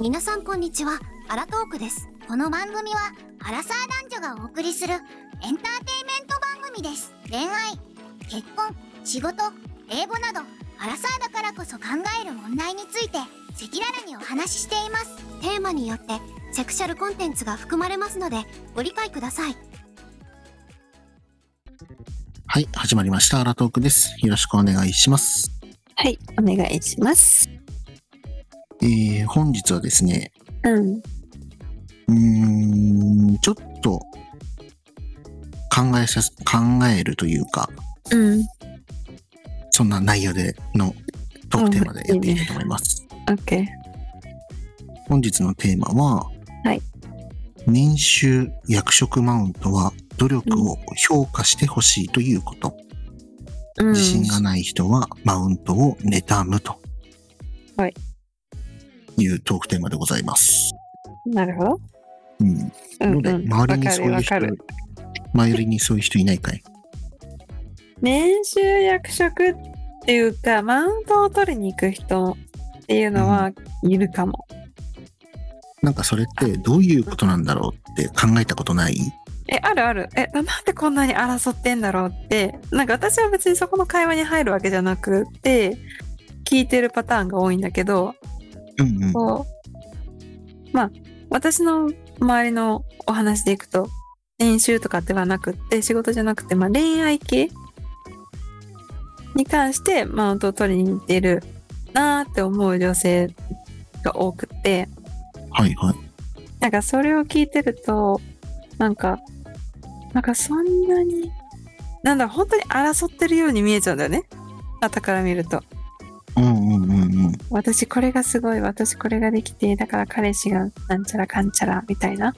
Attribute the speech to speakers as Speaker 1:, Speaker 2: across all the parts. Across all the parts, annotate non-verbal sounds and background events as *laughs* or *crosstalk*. Speaker 1: 皆さんこんにちはアラトークですこの番組はアラサー男女がお送りするエンターテインメント番組です恋愛結婚仕事英語などアラサーだからこそ考える問題について赤裸々にお話ししていますテーマによってセクシャルコンテンツが含まれますのでご理解ください
Speaker 2: はい、始まりました。アラトークです。よろしくお願いします。
Speaker 3: はい、お願いします。
Speaker 2: えー、本日はですね、
Speaker 3: うん。
Speaker 2: うーん、ちょっと考えさせ、考えるというか、
Speaker 3: うん。
Speaker 2: そんな内容でのトークテーマでやっていきたいと思います。
Speaker 3: オッケ
Speaker 2: 本日のテーマは、
Speaker 3: はい
Speaker 2: 年収役職マウントは努力を評価してほしいということ。
Speaker 3: ー。うん。
Speaker 2: 自信がない人はマウントを妬むと。
Speaker 3: はい。
Speaker 2: いうトークテーマでございます。
Speaker 3: なるほど。
Speaker 2: うん。
Speaker 3: うん、
Speaker 2: ので、
Speaker 3: うん。わ
Speaker 2: 周
Speaker 3: か
Speaker 2: りにそう
Speaker 3: る
Speaker 2: いう
Speaker 3: わ
Speaker 2: 人
Speaker 3: かる。、
Speaker 2: 周りにそういう人いないかい
Speaker 3: 年収役職っていうか、マウントを取りに行く人っていうのはいるかも。
Speaker 2: なんかそれってどういうことなんだろうって考えたことない
Speaker 3: え、あるある。え、ななんでこんなに争ってんだろうって、なんか私は別にそこの会話に入るわけじゃなくて、聞いてるパターンが多いんだけど、
Speaker 2: うんうん。
Speaker 3: こうまあ私の周りのお話でいくと練習とかではなくって仕事じゃなくて、まあ、恋愛系に関してマウントを取りに行ってるなーって思う女性が多くて
Speaker 2: はいはい。
Speaker 3: なんかそれを聞いてるとなんかなんかそんなになんだ本当に争ってるように見えちゃうんだよね傍から見ると。
Speaker 2: うんうんうんうん。
Speaker 3: 私これがすごい私これができてだから彼氏がなんちゃらかんちゃらみたいな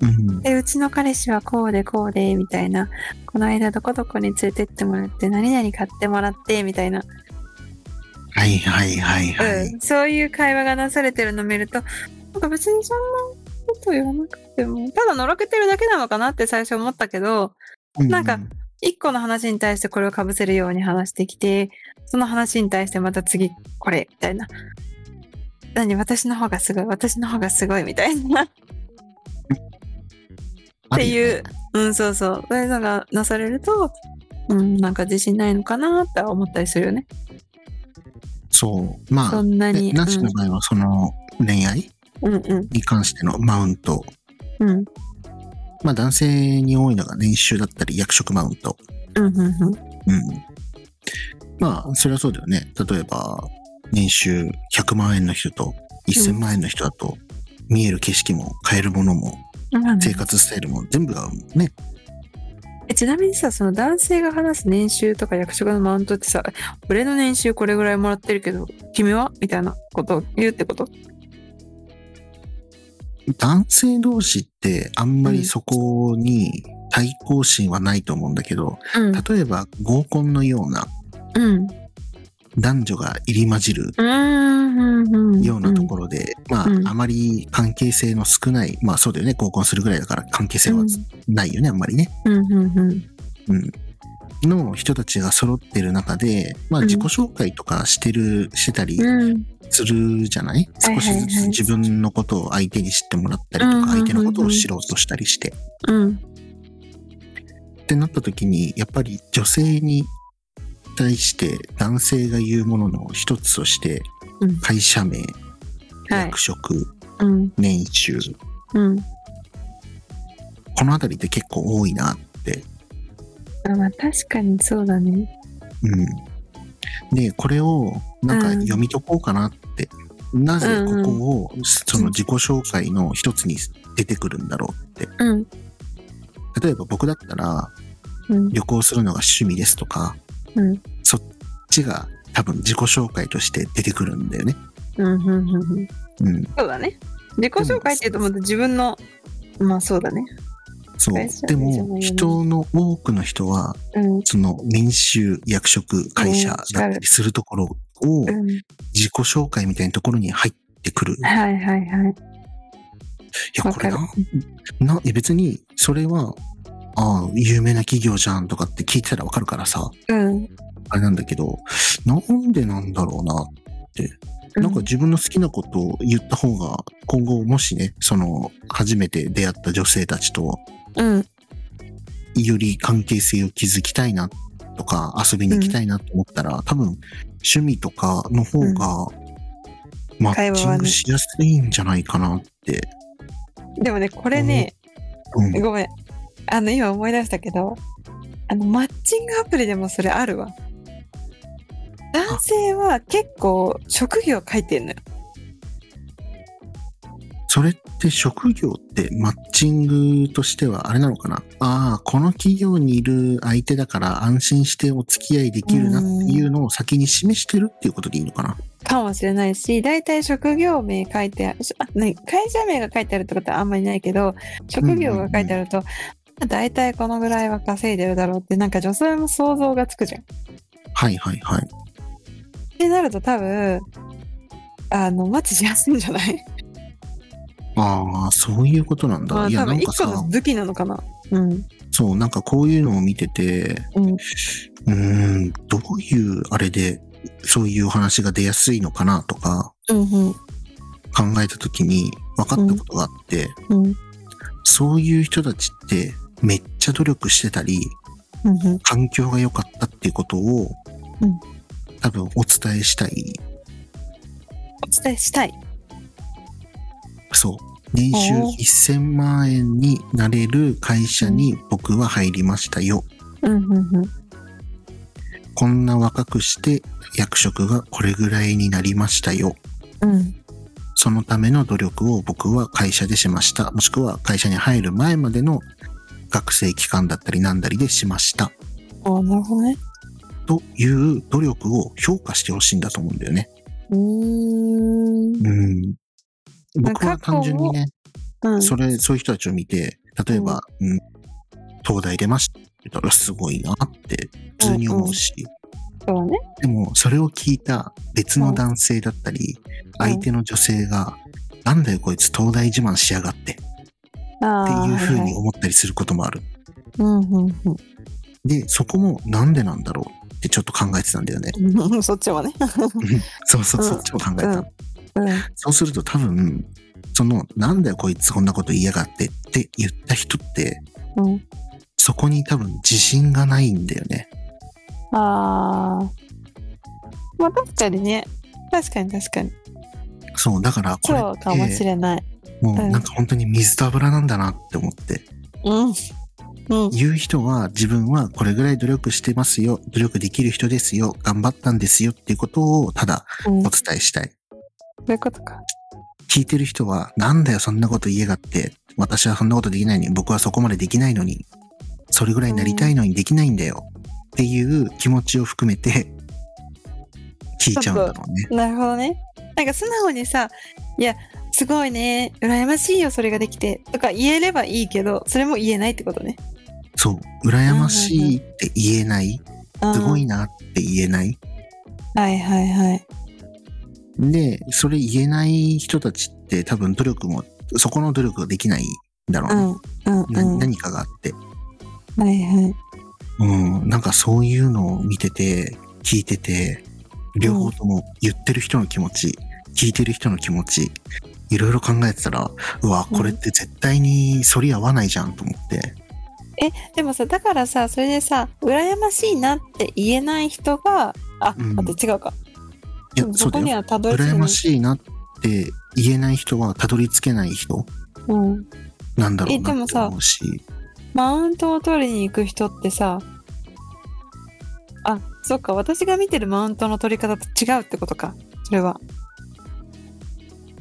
Speaker 2: うん
Speaker 3: でうちの彼氏はこうでこうでみたいなこの間どこどこに連れてってもらって何々買ってもらってみたいな、
Speaker 2: はいはいはいはい。
Speaker 3: うん、そういう会話がなされてるの見るとなんか別にそんなこと言わなくてもただのろけてるだけなのかなって最初思ったけど
Speaker 2: うう
Speaker 3: なんか一個の話に対してこれをかぶせるように話してきてその話に対してまた次これみたいな何私の方がすごい私の方がすごいみたいな
Speaker 2: あ
Speaker 3: っ
Speaker 2: る
Speaker 3: てい
Speaker 2: よ
Speaker 3: う、うん、そうそう。そういうのがなされると、うん、なんか自信ないのかなって思ったりするよね。
Speaker 2: そう。ま
Speaker 3: そ
Speaker 2: あ、
Speaker 3: んな
Speaker 2: で
Speaker 3: に。
Speaker 2: なしの場合はその恋愛
Speaker 3: うん、うん、
Speaker 2: に関してのマウント。
Speaker 3: うん、うん、
Speaker 2: まあ男性に多いのが年収だったり役職マウント。
Speaker 3: うん、うん
Speaker 2: うん。まあ、それはそうだよね。例えば、年収100万円の人と1000万円の人だと、見える景色も買えるものも
Speaker 3: うんうん。
Speaker 2: 生活スタイルも全部がね、
Speaker 3: えちなみにさ、その男性が話す年収とか役職のマウントってさ、え俺の年収これぐらいもらってるけど、君はみたいなことを言うってこと
Speaker 2: 男性同士ってあんまりそこに対抗心はないと思うんだけど、
Speaker 3: うん。
Speaker 2: 例えば合コンのような
Speaker 3: うん。
Speaker 2: 男女が入り混じる
Speaker 3: うん。うん。
Speaker 2: ようなところで、まあ、
Speaker 3: うん
Speaker 2: あまり関係性の少ない、まあそうだよね、合コンするぐらいだから関係性はないよね、あんまりね。
Speaker 3: うん。うん。うん。
Speaker 2: うん、の人たちが揃ってる中で、まあ、
Speaker 3: うん
Speaker 2: 自己紹介とかしてる、してたり
Speaker 3: うん。
Speaker 2: するじゃない、
Speaker 3: はい
Speaker 2: 少
Speaker 3: はい
Speaker 2: し
Speaker 3: はい
Speaker 2: ずつ自分のことを相手に知ってもらったりとか、
Speaker 3: うんうんうんうん
Speaker 2: 相手のことを知ろうとしたりして。
Speaker 3: うん。
Speaker 2: ってなった時にやっぱり女性に対して男性が言うものの一つとして、
Speaker 3: うん
Speaker 2: 会社名、
Speaker 3: はい
Speaker 2: 役。職、
Speaker 3: うん。
Speaker 2: 年収、
Speaker 3: うん。
Speaker 2: この辺りって結構多いな
Speaker 3: あまあ確かにそうだね。
Speaker 2: うん、でこれをなんか
Speaker 3: うん
Speaker 2: 読み解こうかなって、なぜここをその自己紹介の一つに出てくるんだろうって
Speaker 3: うん。
Speaker 2: 例えば僕だったら
Speaker 3: うん。
Speaker 2: 旅行するのが趣味ですとか、
Speaker 3: うん
Speaker 2: そっちが多分自己紹介として出てくるんだよね。
Speaker 3: うんうんうんうん
Speaker 2: うん、
Speaker 3: そうだね。自己紹介っていうと、また自分の、まあそうだね。
Speaker 2: そう
Speaker 3: 会
Speaker 2: で
Speaker 3: 社名じゃないよ
Speaker 2: も
Speaker 3: ね
Speaker 2: 人の多くの人は
Speaker 3: うん。
Speaker 2: その年収役職会社だったりするところを
Speaker 3: うん、
Speaker 2: 自己紹介みたいなところに入ってくる
Speaker 3: はいはいはい。
Speaker 2: いや、
Speaker 3: わ
Speaker 2: こ
Speaker 3: か
Speaker 2: れ
Speaker 3: る
Speaker 2: な、な、いや別に、それは、ああ、有名な企業じゃんとかって聞いてたらわかるからさ、
Speaker 3: うん。
Speaker 2: あれなんだけど、なんでなんだろうな。
Speaker 3: うん
Speaker 2: なんか自分の好きなことを言った方が、今後もしね、その、初めて出会った女性たちと、
Speaker 3: うん
Speaker 2: より関係性を築きたいなとか、遊びに行きたいなと思ったら、多分、趣味とかの方が、マッチングしやすいんじゃないかなって。
Speaker 3: でもねこれね、
Speaker 2: うん
Speaker 3: ごめんあの今思い出したけどあのマッチングアプリでもそれあるわ男性は結構職業書いてんのよ
Speaker 2: それって職業ってマッチングとしてはあれなのかなああ、この企業にいる相手だから安心してお付き合いできるなっていうのを先に示してるっていうことでいいのかな
Speaker 3: かもしれないし大体職業名書いてあしあない会社名が書いてあるってことはあんまりないけど職業が書いてあると、大体このぐらいは稼いでるだろうってなんか女性も想像がつくじゃん。っ
Speaker 2: はいはいはい。
Speaker 3: てなると多分あのマッチしやすいんじ
Speaker 2: *laughs*
Speaker 3: ゃない
Speaker 2: ああ、そういうことなんだ。
Speaker 3: まあ
Speaker 2: い
Speaker 3: 多
Speaker 2: や、な
Speaker 3: 分
Speaker 2: んか
Speaker 3: 一個
Speaker 2: さ
Speaker 3: の、武器なのかな。うん、
Speaker 2: そう、なんかこういうのを見てて、
Speaker 3: うん
Speaker 2: うーん、どういうあれで、そういう話が出やすいのかなとか
Speaker 3: うん、
Speaker 2: 考えた時に分かったことがあって、
Speaker 3: うん、うん、
Speaker 2: そういう人たちってめっちゃ努力してたり、
Speaker 3: うん、
Speaker 2: 環境が良かったっていうことを、
Speaker 3: うん
Speaker 2: 多分お伝えしたい。
Speaker 3: お伝えしたい。
Speaker 2: そう。年収
Speaker 3: おー
Speaker 2: 1000万円になれる会社に僕は入りましたよ。
Speaker 3: うん、うん、うん、
Speaker 2: こんな若くして役職がこれぐらいになりましたよ。
Speaker 3: うん、
Speaker 2: そのための努力を僕は会社でしました。もしくは会社に入る前までの学生期間だったりなんだりでしました。
Speaker 3: ああ、なるほどね。
Speaker 2: という努力を評価してほしいんだと思うんだよね。
Speaker 3: うーん、
Speaker 2: うん。僕は単純にね、
Speaker 3: うん、
Speaker 2: それ、そういう人たちを見て、例えば、うん、東大出ましたって言ったらすごいなって普通に思うし、
Speaker 3: そうだね。
Speaker 2: でもそれを聞いた別の男性だったり、相手の女性が、なんだよこいつ東大自慢しやがってって
Speaker 3: ああ、
Speaker 2: いう風に
Speaker 3: はいはい
Speaker 2: 思ったりすることもある。
Speaker 3: うん、うん、
Speaker 2: で、そこもなんでなんだろうってちょっと考えてたんだよね。
Speaker 3: うん、 *laughs* そっちもね。
Speaker 2: そうそう、
Speaker 3: うん
Speaker 2: そっちも考え
Speaker 3: う
Speaker 2: た。
Speaker 3: ん、うん。
Speaker 2: そうすると多分、その、なんだよこいつこんなこと言いやがってって言った人って、
Speaker 3: うん
Speaker 2: そこに多分自信がないんだよね。
Speaker 3: ああ。まあ確かにね。確かに確かに。
Speaker 2: そう、だからこれ
Speaker 3: そうかも
Speaker 2: っ、
Speaker 3: してれない。
Speaker 2: もう
Speaker 3: うん
Speaker 2: なんか本当に水と油なんだなって思って、
Speaker 3: うん。うん。
Speaker 2: 言う人は自分はこれぐらい努力してますよ、努力できる人ですよ、頑張ったんですよっていうことをただ
Speaker 3: うん、
Speaker 2: お
Speaker 3: そ
Speaker 2: 伝えしたい。
Speaker 3: ういうことか。
Speaker 2: 聞いてる人は、なんだよそんなこと言いやがって、私はそんなことできないのに、僕はそこまでできないのに、それぐらいなりたいのにできないんだよっていう気持ちを含めて、聞いちゃうんだろうね。
Speaker 3: なるほどね。なんか素直にさ、いや、すごいね、羨ましいよ、それができて。とか言えればいいけど、それも言えないってことね。
Speaker 2: そう、羨ましいって言えない、
Speaker 3: うん
Speaker 2: すごい。なって言えない。
Speaker 3: はいはいはい。
Speaker 2: で、それ言えない人たちって多分努力も、そこの努力ができないんだろう
Speaker 3: う
Speaker 2: ね。
Speaker 3: ん。うん
Speaker 2: な
Speaker 3: うん。はい
Speaker 2: 何かがあって。
Speaker 3: はい。
Speaker 2: うん、なんかそういうのを見てて、聞いてて、両方とも言ってる人の気持ち、聞いてる人の気持ち、いろいろ考えてたら、うわ、
Speaker 3: うん
Speaker 2: これって絶対に反り合わないじゃんと思って。
Speaker 3: でもさ、だからさ、それでさ、羨ましいなって言えない人が、あ、
Speaker 2: うん
Speaker 3: 待って違うか。
Speaker 2: いや、そ
Speaker 3: そう
Speaker 2: だ
Speaker 3: こに
Speaker 2: よ。
Speaker 3: はたどり着けな
Speaker 2: 羨
Speaker 3: い
Speaker 2: ましいなって言えない人はたどり着けない人
Speaker 3: うん。
Speaker 2: なんだろう
Speaker 3: えで
Speaker 2: な
Speaker 3: も
Speaker 2: って
Speaker 3: さ
Speaker 2: 思うし。
Speaker 3: マウントを取りに行く人ってさあそっか私が見てるマウントの取り方と違うってことかそれは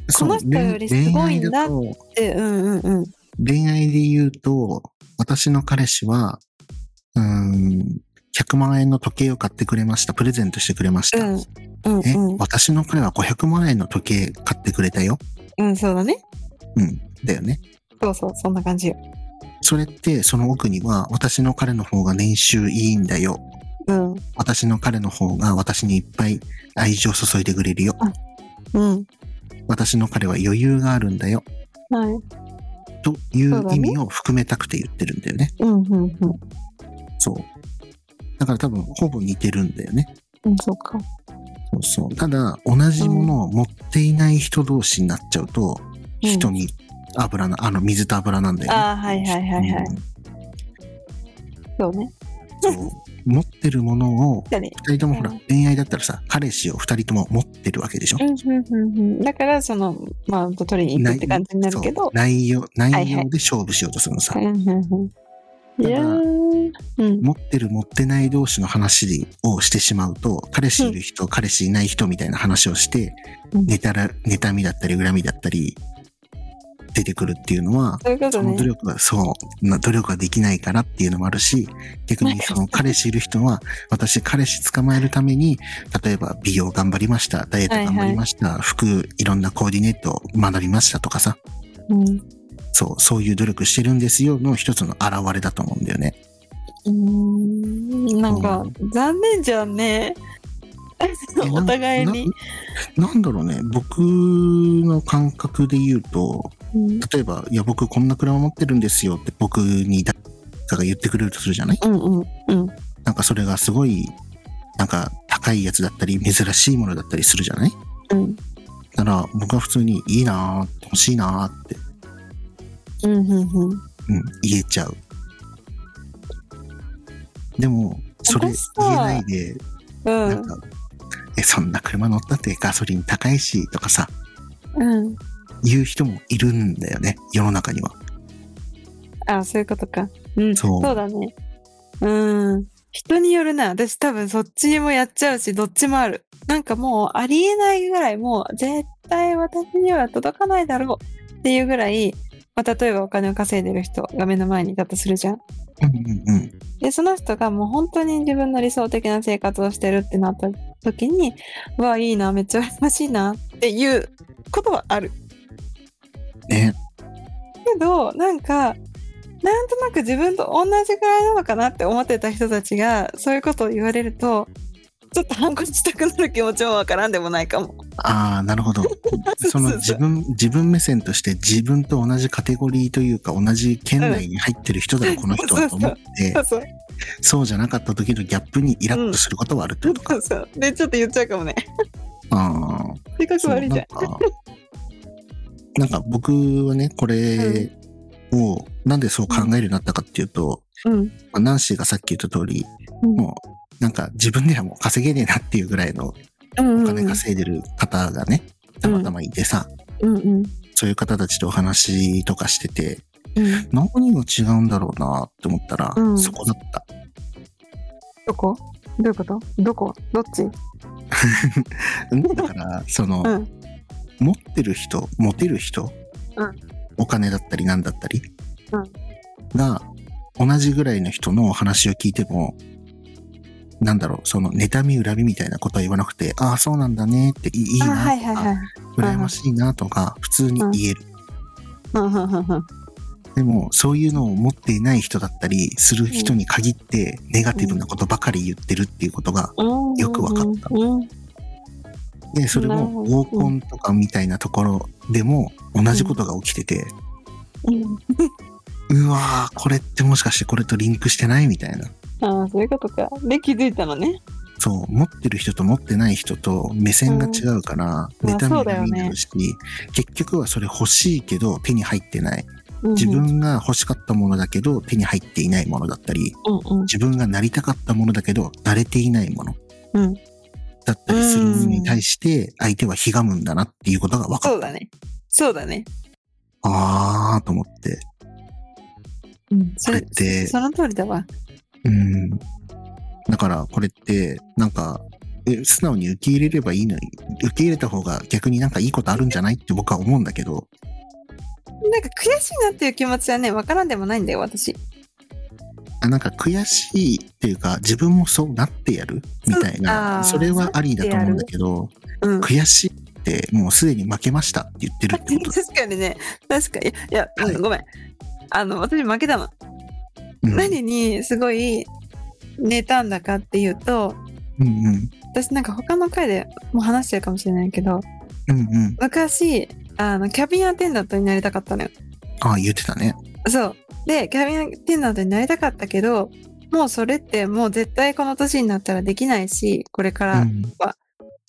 Speaker 2: そう
Speaker 3: この人よりすごいんだ
Speaker 2: 恋愛と
Speaker 3: でうんうんうん
Speaker 2: 恋愛で言うと、私の彼氏は、うーん、100万円の時計を買ってくれました。プレゼントしてくれました。
Speaker 3: うんうん
Speaker 2: え、
Speaker 3: うん
Speaker 2: 私の彼は500万円の時計買ってくれたよ。
Speaker 3: うんそうだね
Speaker 2: うん。だよね。
Speaker 3: そうそうそんな感じよ
Speaker 2: それって、その奥には、私の彼の方が年収いいんだよ。
Speaker 3: うん
Speaker 2: 私の彼の方が私にいっぱい愛情を注いでくれるよ。
Speaker 3: うん
Speaker 2: 私の彼は余裕があるんだよ。
Speaker 3: はい
Speaker 2: とい
Speaker 3: そう
Speaker 2: う
Speaker 3: だね
Speaker 2: 意味を含めたくて言ってるんだよね。
Speaker 3: うんうんうん
Speaker 2: そう。だから多分、ほぼ似てるんだよね。
Speaker 3: うんそうか
Speaker 2: そうそう。ただ、同じものを持っていない人同士になっちゃうと、
Speaker 3: うん
Speaker 2: 人に油な、あの、水と油なんだよね。
Speaker 3: ああはいはいはいはい、
Speaker 2: うん
Speaker 3: そうね
Speaker 2: そう持ってるものを、
Speaker 3: 確かに
Speaker 2: 二人ともほら
Speaker 3: うん、
Speaker 2: 恋愛だったらさ、彼氏を二人とも持ってるわけでしょ
Speaker 3: う。んうんうんうんだからそのマウント取りに行くって感じになるけ
Speaker 2: そう
Speaker 3: ど
Speaker 2: 内容、
Speaker 3: はい
Speaker 2: 内容で勝負しようとするのさ。
Speaker 3: うんうんうんいやーうん
Speaker 2: 持ってる持ってない同士の話をしてしまうと、彼氏いる人、彼氏いない人みたいな話をして、
Speaker 3: うん
Speaker 2: 妬ら、妬みだったり恨みだったり、出てくるっていうのは、
Speaker 3: そういうこと
Speaker 2: その努
Speaker 3: ね
Speaker 2: 力が、そう、な努力ができないからっていうのもあるし、逆にその彼氏いる人は、私彼氏捕まえるために、例えば美容頑張りました、ダイエット頑張りました、服いろんなコーディネートを学びましたとかさ、そう、そういう努力してるんですよの一つの表れだと思うんだよね。
Speaker 3: うんうんなんか残念じゃんね
Speaker 2: え
Speaker 3: お互いに。
Speaker 2: ななんだろうね、僕の感覚で言うと、
Speaker 3: うん
Speaker 2: 例えば、いや僕こんな車持ってるんですよって僕に誰かが言ってくれるとするじゃない
Speaker 3: うんうんうん
Speaker 2: なんかそれがすごい、なんか高いやつだったり、珍しいものだったりするじゃない
Speaker 3: うん
Speaker 2: だから僕は普通にいいなーって欲しいなーって、
Speaker 3: うんうんうん
Speaker 2: うん、言えちゃう。でも、それ
Speaker 3: 私さ
Speaker 2: 言えないで、
Speaker 3: う
Speaker 2: なん
Speaker 3: ん
Speaker 2: か、え、そんな車乗ったってガソリン高いしとかさ、
Speaker 3: うん
Speaker 2: 言う人もいるんだよね、世の中には。
Speaker 3: あそういうことかうん
Speaker 2: そう
Speaker 3: そうだねうん人によるな私多分そっちにもやっちゃうしどっちもあるなんかもうありえないぐらいもう絶対私には届かないだろうっていうぐらい、まあ、例えばお金を稼いでる人が目の前にいたとするじゃん
Speaker 2: うんうんうん。
Speaker 3: でその人がもう本当に自分の理想的な生活をしてるってなった時にうわいいなめっちゃ羨ましいなっていうことはある
Speaker 2: ね、
Speaker 3: けどなんかなんとなく自分と同じくらいなのかなって思ってた人たちがそういうことを言われるとちょっと反抗したくなる気持ちもわからんでもないかも。
Speaker 2: ああ、なる
Speaker 3: *laughs*
Speaker 2: ほど。
Speaker 3: そう
Speaker 2: その自分、自分目線として自分と同じカテゴリーというか同じ圏内に入ってる人だろ、この人はと思って
Speaker 3: そ、うそう
Speaker 2: そうじゃなかった時のギャップにイラッとすることはあるってこと
Speaker 3: そ
Speaker 2: か。
Speaker 3: うそうでちょっと言っちゃうかもね。
Speaker 2: ああ、
Speaker 3: 性格
Speaker 2: そう
Speaker 3: 悪い
Speaker 2: な
Speaker 3: じ
Speaker 2: ん
Speaker 3: ゃん
Speaker 2: か。、なんか僕はね、これをなんでそう考えるようになったかっていうと、
Speaker 3: うん
Speaker 2: まあナンシーがさっき言った通り、
Speaker 3: うん
Speaker 2: もうなんか自分ではもう稼げねえなっていうぐらいの
Speaker 3: うん
Speaker 2: お
Speaker 3: うん
Speaker 2: 金稼いでる方がね、たまたまいてさ、
Speaker 3: うんうん
Speaker 2: そういう方たちとお話とかしてて、
Speaker 3: うん
Speaker 2: 何が違うんだろうなって思ったら、
Speaker 3: うん
Speaker 2: そこだった。
Speaker 3: どこどういうことどこどっち
Speaker 2: だから、その、
Speaker 3: *laughs* うん
Speaker 2: 持ってる人、持てる人、
Speaker 3: うん
Speaker 2: お金だったりなんだったり、
Speaker 3: うん
Speaker 2: が、同じぐらいの人の話を聞いても、なんだろう、その、妬み、恨みみたいなことは言わなくて、ああ、そうなんだねって、いいいい
Speaker 3: あ
Speaker 2: なとか、
Speaker 3: はいはいはい。
Speaker 2: 羨ましいなとか、普通に言える。
Speaker 3: うんうんうんうん
Speaker 2: でも、そういうのを持っていない人だったりする人に限って、ネガティブなことばかり言ってるっていうことが、よくわかった
Speaker 3: うんうん
Speaker 2: で、それ
Speaker 3: なる
Speaker 2: も
Speaker 3: ほど
Speaker 2: 合コンとかみたいなところでも同じことが起きてて、
Speaker 3: うん
Speaker 2: うわー、これってもしかしてこれとリンクしてないみたいな。
Speaker 3: ああそういうことか。で気づいたのね。
Speaker 2: そう、持ってる人と持ってない人と目線が違うから、
Speaker 3: うん
Speaker 2: 妬
Speaker 3: まあそ
Speaker 2: み
Speaker 3: うだ
Speaker 2: が
Speaker 3: よね
Speaker 2: 見になるし、結局はそれ欲しいけど手に入ってない。
Speaker 3: うんうん
Speaker 2: 自分が欲しかったものだけど手に入っていないものだったり、
Speaker 3: うんうん
Speaker 2: 自分がなりたかったものだけど慣れていないもの。
Speaker 3: うん
Speaker 2: だったりするものに対して相手はひがむんだなっていうことが分か
Speaker 3: そう
Speaker 2: った。
Speaker 3: だね。そうだね。
Speaker 2: あーと思って。
Speaker 3: うん、そ
Speaker 2: これって
Speaker 3: その通りだわ。
Speaker 2: うん。だから、これって、なんか、え素直に受け入れればいいのに、受け入れた方が逆になんかいいことあるんじゃないって僕は思うんだけど、
Speaker 3: なんか悔しいなっていう気持ちはね、わからんでもないんだよ、私。
Speaker 2: あなんか悔しいっていうか、自分もそうなってやるみたい
Speaker 3: あー
Speaker 2: な、それはありだと思うんだけど、
Speaker 3: うん。
Speaker 2: 悔しいってもうすでに負けましたって言ってるってことだ。
Speaker 3: *laughs* 確かにね、確かに。いや、いや
Speaker 2: はい
Speaker 3: うんごめん。あの、私負けたの。
Speaker 2: うん、
Speaker 3: 何にすごい妬んだかっていうと、
Speaker 2: うんうん。
Speaker 3: 私なんか他の回でもう話してるかもしれないけど、
Speaker 2: うんうん。
Speaker 3: 昔、あの、キャビンアテンダントになりたかったのよ。
Speaker 2: ああ、言ってたね。
Speaker 3: そう。で、キャビンアテンダントになりたかったけど、もうそれってもう絶対この年になったらできないし、これか
Speaker 2: う
Speaker 3: ら
Speaker 2: ん。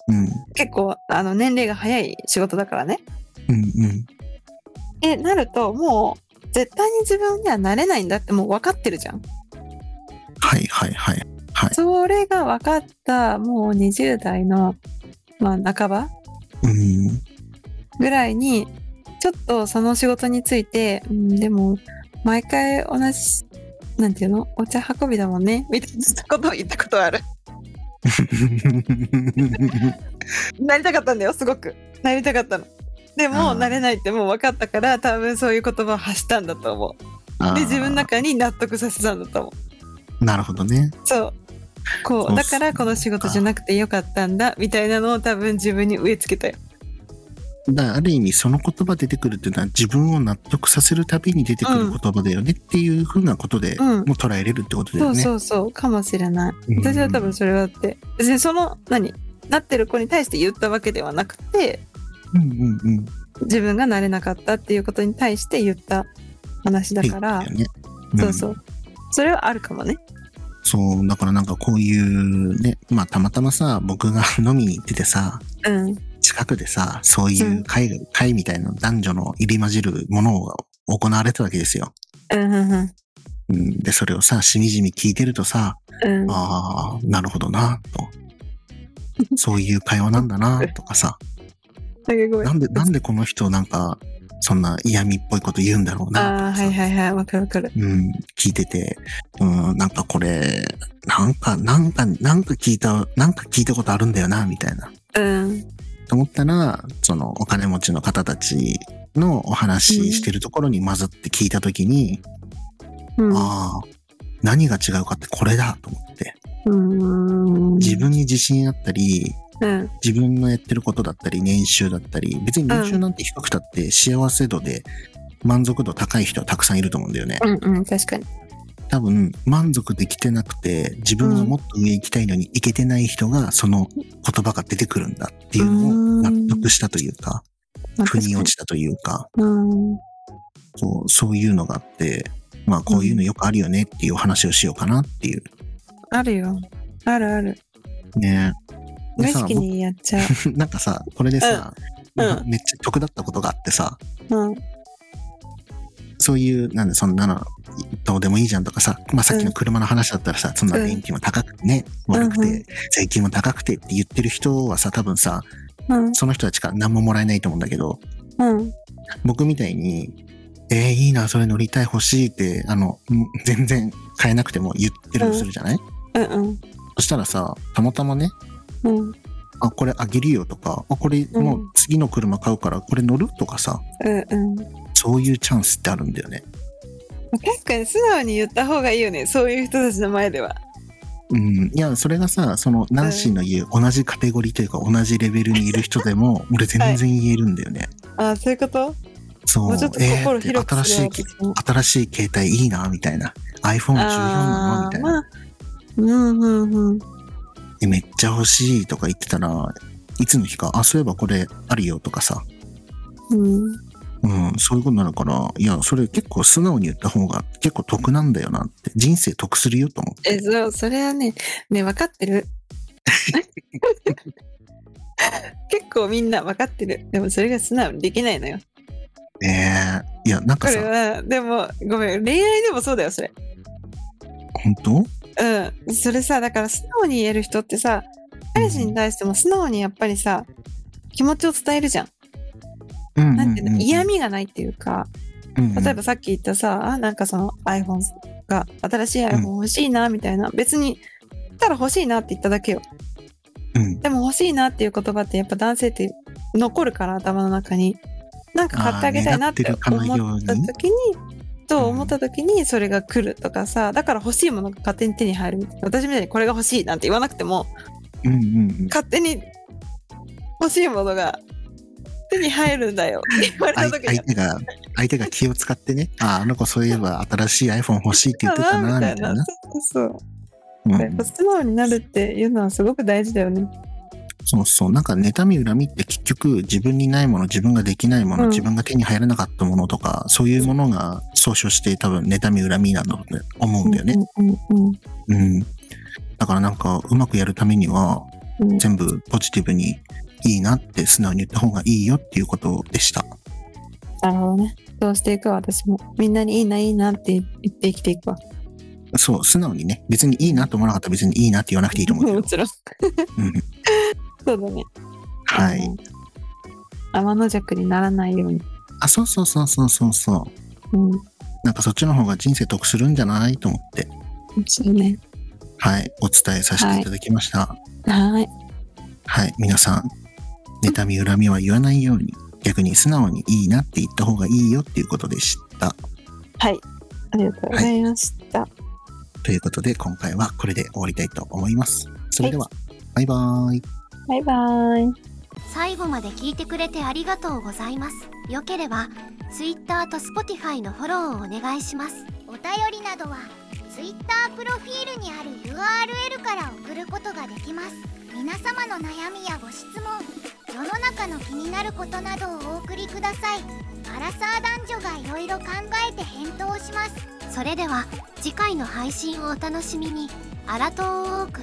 Speaker 2: うん、
Speaker 3: 結構あの年齢が早い仕事だからね
Speaker 2: うん、うん。
Speaker 3: えなるともう絶対に自分にはなれないんだってもう分かってるじゃん
Speaker 2: はい、はい、はい。
Speaker 3: それが分かったもう20代の、まあ、半ば
Speaker 2: うん、
Speaker 3: ぐらいにちょっとその仕事について、うん、でも毎回同じなんていうのお茶運びだもんねみたいなことを言ったことあるなりたかったんだよすごくなりたかったのでも
Speaker 2: うん
Speaker 3: なれないってもう分かったから多分そういう言葉を発したんだと思うで自分の
Speaker 2: *laughs* だ
Speaker 3: 中に納得させたんだと思
Speaker 2: なるほどね。
Speaker 3: うそうこ
Speaker 2: そううっ
Speaker 3: だ
Speaker 2: す
Speaker 3: からこの仕事じゃなくてよかったんだみたいなのを多分自分に植え付けたよ
Speaker 2: だからある意味その言葉出てくるっていうのは自分を納得させるたびに出てくる言葉だよねっていうふうなことで
Speaker 3: うん
Speaker 2: もう捉えれるってことだ
Speaker 3: そ
Speaker 2: よ
Speaker 3: う
Speaker 2: ね。
Speaker 3: そうそうかもしれない
Speaker 2: うん
Speaker 3: 私は多分それはあって別にその何なってる子に対して言ったわけではなくて
Speaker 2: うんうんうん。
Speaker 3: 自分がなれなかったっていうことに対して言った話だから
Speaker 2: っていうことだよね
Speaker 3: そうそうそれはあるかもね
Speaker 2: そう、だからなんかこういうね、まあたまたまさ、僕が飲みに行っててさ、
Speaker 3: うん
Speaker 2: 近くでさ、そうい
Speaker 3: ん
Speaker 2: う会、会みたいな男女の入り混じるものが行われたわけですよ。
Speaker 3: うんうん
Speaker 2: うん、で、それをさ、しみじみ聞いてるとさ、
Speaker 3: うんうん
Speaker 2: ああ、なるほどな、
Speaker 3: *laughs*
Speaker 2: と。そういう会話なんだな、とかさ。
Speaker 3: ごめ
Speaker 2: *laughs*
Speaker 3: ん
Speaker 2: なんで、なんでこの人なんか、そんな嫌味っぽいこと言うんだろう
Speaker 3: あ
Speaker 2: な、
Speaker 3: あ
Speaker 2: とか
Speaker 3: は
Speaker 2: さ
Speaker 3: いはいはいわかるわかる
Speaker 2: うん、聞いてて、うん、なんかこれ、なんか、なんか、なんか聞いた、なんか聞いたことあるんだよな、みたいな。
Speaker 3: うん
Speaker 2: と思ったら、そのお金持ちの方たちのお話ししてるところに混ざって聞いたときに、
Speaker 3: うん
Speaker 2: ああ、何が違うかってこれだと思って、
Speaker 3: うん
Speaker 2: 自分に自信になったり、
Speaker 3: うん
Speaker 2: 自分のやってることだったり、年収だったり、別に年収なんて低くたって幸せ度で満足度高い人はたくさんいると思うんだよね。
Speaker 3: うんうん確かに
Speaker 2: 多分満足できてなくて自分はもっと上行きたいのに行けてない人がその言葉が出てくるんだっていうのを納得したというか
Speaker 3: まあ
Speaker 2: 腑に落
Speaker 3: 確
Speaker 2: ちたというか
Speaker 3: かにうん
Speaker 2: そうそういうのがあってまあこういうのよくあるよねっていうお話をしようかなっていう
Speaker 3: あるよあるある
Speaker 2: ね
Speaker 3: 無
Speaker 2: で
Speaker 3: 意
Speaker 2: さ
Speaker 3: 識にやっちゃう
Speaker 2: 僕なんかさこれでさ、
Speaker 3: うんうん
Speaker 2: めっちゃ得だったことがあってさ
Speaker 3: うん
Speaker 2: そういうなんでそんなのどうでもいいじゃんとかさ、まあ、さっきの車の話だったらさ、そんな電気も高くてね、
Speaker 3: ん
Speaker 2: 悪く
Speaker 3: うんう
Speaker 2: て税金も高くてって言ってる人はさ多分さ
Speaker 3: うん
Speaker 2: その人たちから何ももらえないと思うんだけど、
Speaker 3: うん
Speaker 2: 僕みたいに、えー、いいな、それ乗りたい、欲しいって、あの、ん全然買えなくても言ってるとするじゃない、
Speaker 3: うん
Speaker 2: そしたらさ、たまたまね、
Speaker 3: うんうん
Speaker 2: あ、これあげるよとか、あ、これ
Speaker 3: うん
Speaker 2: もう次の車買うからこれ乗るとかさ、
Speaker 3: うんうん
Speaker 2: そういうチャンスってあるんだよね。
Speaker 3: 確かに素直に言った方がいいよねそういう人たちの前では
Speaker 2: うん。いや、それがさ、その、ナンシーの言う、同じカテゴリーというか同じレベルにいる人でも、俺全然言えるんだよね。
Speaker 3: ああそういうこと
Speaker 2: そう。
Speaker 3: もうちょっと心
Speaker 2: えーっ
Speaker 3: 広
Speaker 2: て新
Speaker 3: くする
Speaker 2: しい
Speaker 3: わ
Speaker 2: 機
Speaker 3: けも
Speaker 2: 新しい携帯いいな、みたいな。iPhone14 なの
Speaker 3: あ
Speaker 2: みた
Speaker 3: ー
Speaker 2: いな。
Speaker 3: まあうんうんうん
Speaker 2: でめっちゃ欲しいとか言ってたら、いつの日か、あ、そういえばこれあるよとかさ、
Speaker 3: うん
Speaker 2: うん、そういうことになるから、いや、それ結構素直に言った方が結構得なんだよなって、人生得するよと思って。
Speaker 3: えそうそれはねね分かってる *laughs* 結構みんな分かってるでもそれが素直にできないのよ
Speaker 2: えー、いや、なん
Speaker 3: こ
Speaker 2: か
Speaker 3: れ
Speaker 2: さ、
Speaker 3: はでもごめん恋愛でもそうだよそれ
Speaker 2: 本当
Speaker 3: うんそれさだから素直に言える人ってさ彼氏に対しても素直にやっぱりさ気持ちを伝えるじゃん
Speaker 2: うん
Speaker 3: なんていうの嫌
Speaker 2: 味、
Speaker 3: 味がないっていうか
Speaker 2: うんうん
Speaker 3: 例えば、さっき言ったさ、あなんかその iPhone が新しい iPhone 欲しいなみたいな、別にただ欲しいなって言っただけよ
Speaker 2: うん、
Speaker 3: でも欲しいなっていう言葉ってやっぱ男性って残るから頭の中になんか買ってあげたいなって
Speaker 2: あー狙ってるかの
Speaker 3: 思
Speaker 2: ように
Speaker 3: った時にと思った時にそれが来るとかさだから欲しいものが勝手に手に入るみたいな私みたいにこれが欲しいなんて言わなくても
Speaker 2: うん、うん。
Speaker 3: 勝手に欲しいものが手に入るんだよって言われた
Speaker 2: 相
Speaker 3: 時に
Speaker 2: 相手が、相手が気を使ってね、あ、あの子そういえば新しい iPhone 欲しいって言ってたな、みたいな。
Speaker 3: そうそうそう
Speaker 2: うん
Speaker 3: やっぱ素直になるっていうのはすごく大事だよね。
Speaker 2: そうそう。なんか妬み恨みって結局自分にないもの、自分ができないもの、
Speaker 3: うん
Speaker 2: 自分が手に入らなかったものとか、そういうものが総称して多分妬み恨みなんだろうね思うんだよね。
Speaker 3: うんうんうん
Speaker 2: うん。だからなんかうまくやるためには、
Speaker 3: うん
Speaker 2: 全部ポジティブにいいなって素直に言った方がいいよっていうことでした。
Speaker 3: なるほどね。そうしていくわ、私も。みんなにいいな、いいなって言って生きていくわ。
Speaker 2: そう、素直にね、別にいいなと思わなかったら別にいいなって言わなくていいと思うけど
Speaker 3: *laughs* も。ちろん。
Speaker 2: うん
Speaker 3: *laughs* そうだね。
Speaker 2: はい。。
Speaker 3: 天の弱にならないように。
Speaker 2: あ、そうそうそうそうそうそう。
Speaker 3: うん。
Speaker 2: なんかそっちの方が人生得するんじゃないと思って、
Speaker 3: そうね。
Speaker 2: はい、お伝えさせていただきました。はい、
Speaker 3: はい。
Speaker 2: 皆さん、妬み恨みは言わないように、逆に素直にいいなって言った方がいいよっていうことでした。
Speaker 3: はい。ありがとうございました。
Speaker 2: ということで、今回はこれで終わりたいと思います。それでは、バイバーイ。
Speaker 3: バイバーイ。
Speaker 1: 最後まで聞いてくれてありがとうございますよければ Twitter と Spotify のフォローをお願いしますお便りなどは Twitter プロフィールにある URL から送ることができます皆様の悩みやご質問世の中の気になることなどをお送りくださいアラサー男女がいろいろ考えて返答しますそれでは次回の配信をお楽しみにアラトーーク